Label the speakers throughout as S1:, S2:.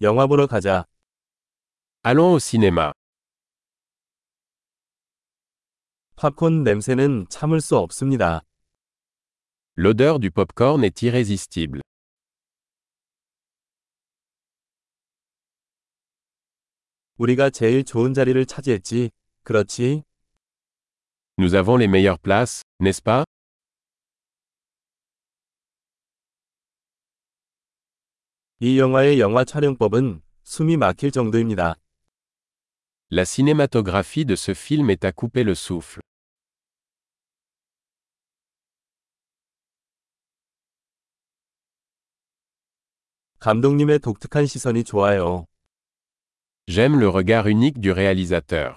S1: 영화 보러 가자.
S2: Allons au cinéma.
S1: 팝콘 냄새는 참을 수 없습니다.
S2: L'odeur du popcorn est irrésistible.
S1: 우리가 제일 좋은 자리를 차지했지. 그렇지?
S2: Nous avons les meilleures places, n'est-ce pas
S1: 이 영화의 영화 촬영법은 숨이 막힐 정도입니다.
S2: La cinématographie de ce film est à couper le souffle.
S1: 감독님의 독특한 시선이 좋아요.
S2: J'aime le regard unique du réalisateur.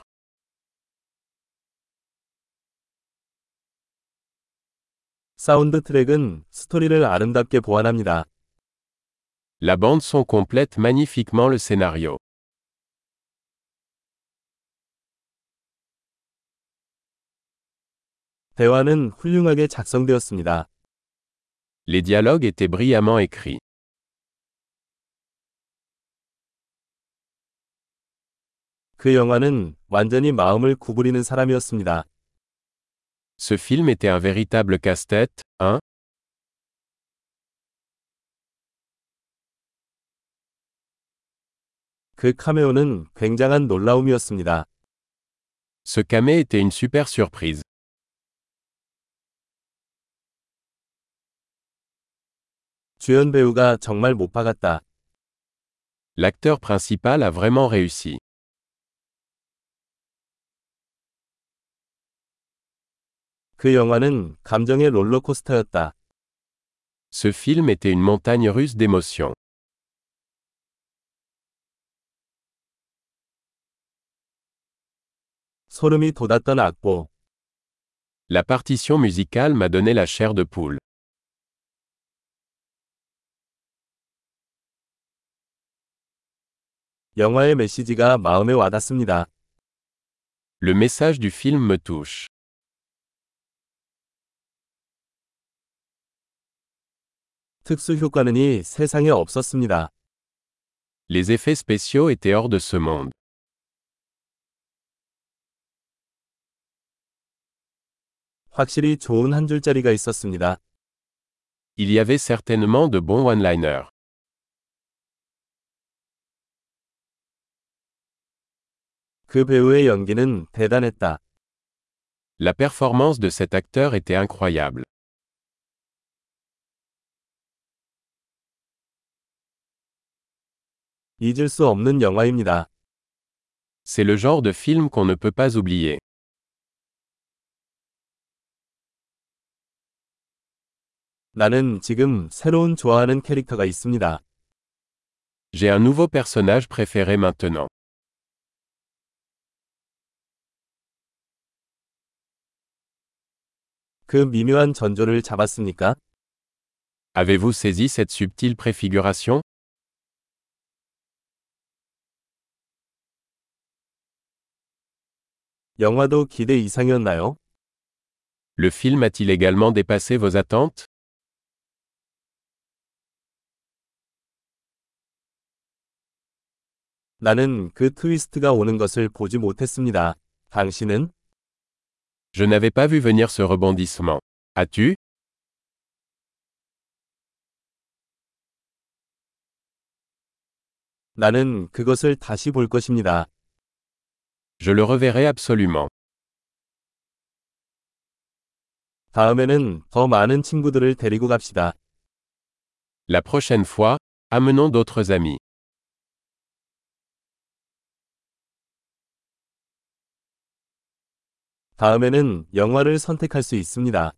S1: 사운드 트랙은 스토리를 아름답게 보완합니다.
S2: La bande son complète magnifiquement le scénario.
S1: 대화는 훌륭하게 작성되었습니다.
S2: Les dialogues étaient brillamment écrits.
S1: 그 영화는 완전히 마음을 구부리는 사람이었습니다.
S2: Ce film était un véritable casse-tête, hein
S1: 그 카메오는 굉장한 놀라움이었습니다.
S2: Ce camé était une super surprise.
S1: 주연 배우가 정말 못 박았다.
S2: L'acteur principal a vraiment réussi.
S1: 그 영화는 감정의 롤러코스터였다.
S2: Ce film était une montagne russe d'émotions.
S1: 소름이 돋았던 악보.
S2: La partition musicale m'a donné la chair de poule.
S1: 영화의 메시지가 마음에 와닿습니다.
S2: Le message du film me touche.
S1: 특수 효과는 이 세상에 없었습니다.
S2: Les effets spéciaux étaient hors de ce monde.
S1: 확실히 좋은 한 줄짜리가 있었습니다.
S2: Il y avait certainement de bons one-liners.
S1: 그 배우의 연기는 대단했다.
S2: La performance de cet acteur était incroyable.
S1: 잊을 수 없는 영화입니다.
S2: C'est le genre de film qu'on ne peut pas oublier.
S1: 나는 지금 새로운 좋아하는 캐릭터가 있습니다.
S2: J'ai un nouveau personnage préféré maintenant.
S1: 그 미묘한 전조를 잡았습니까?
S2: Avez-vous saisi cette subtile préfiguration
S1: 영화도 기대 이상이었나요?
S2: Le film a-t-il également dépassé vos attentes
S1: 나는 그 트위스트가 오는 것을 보지 못했습니다. 당신은?
S2: Je n'avais pas vu venir ce rebondissement. As-tu
S1: 나는 그것을 다시 볼 것입니다.
S2: Je le reverrai absolument.
S1: 다음에는 더 많은 친구들을 데리고 갑시다.
S2: La prochaine fois, amenons d'autres amis.
S1: 다음에는 영화를 선택할 수 있습니다.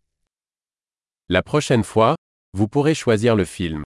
S2: La prochaine fois, vous pourrez choisir le film.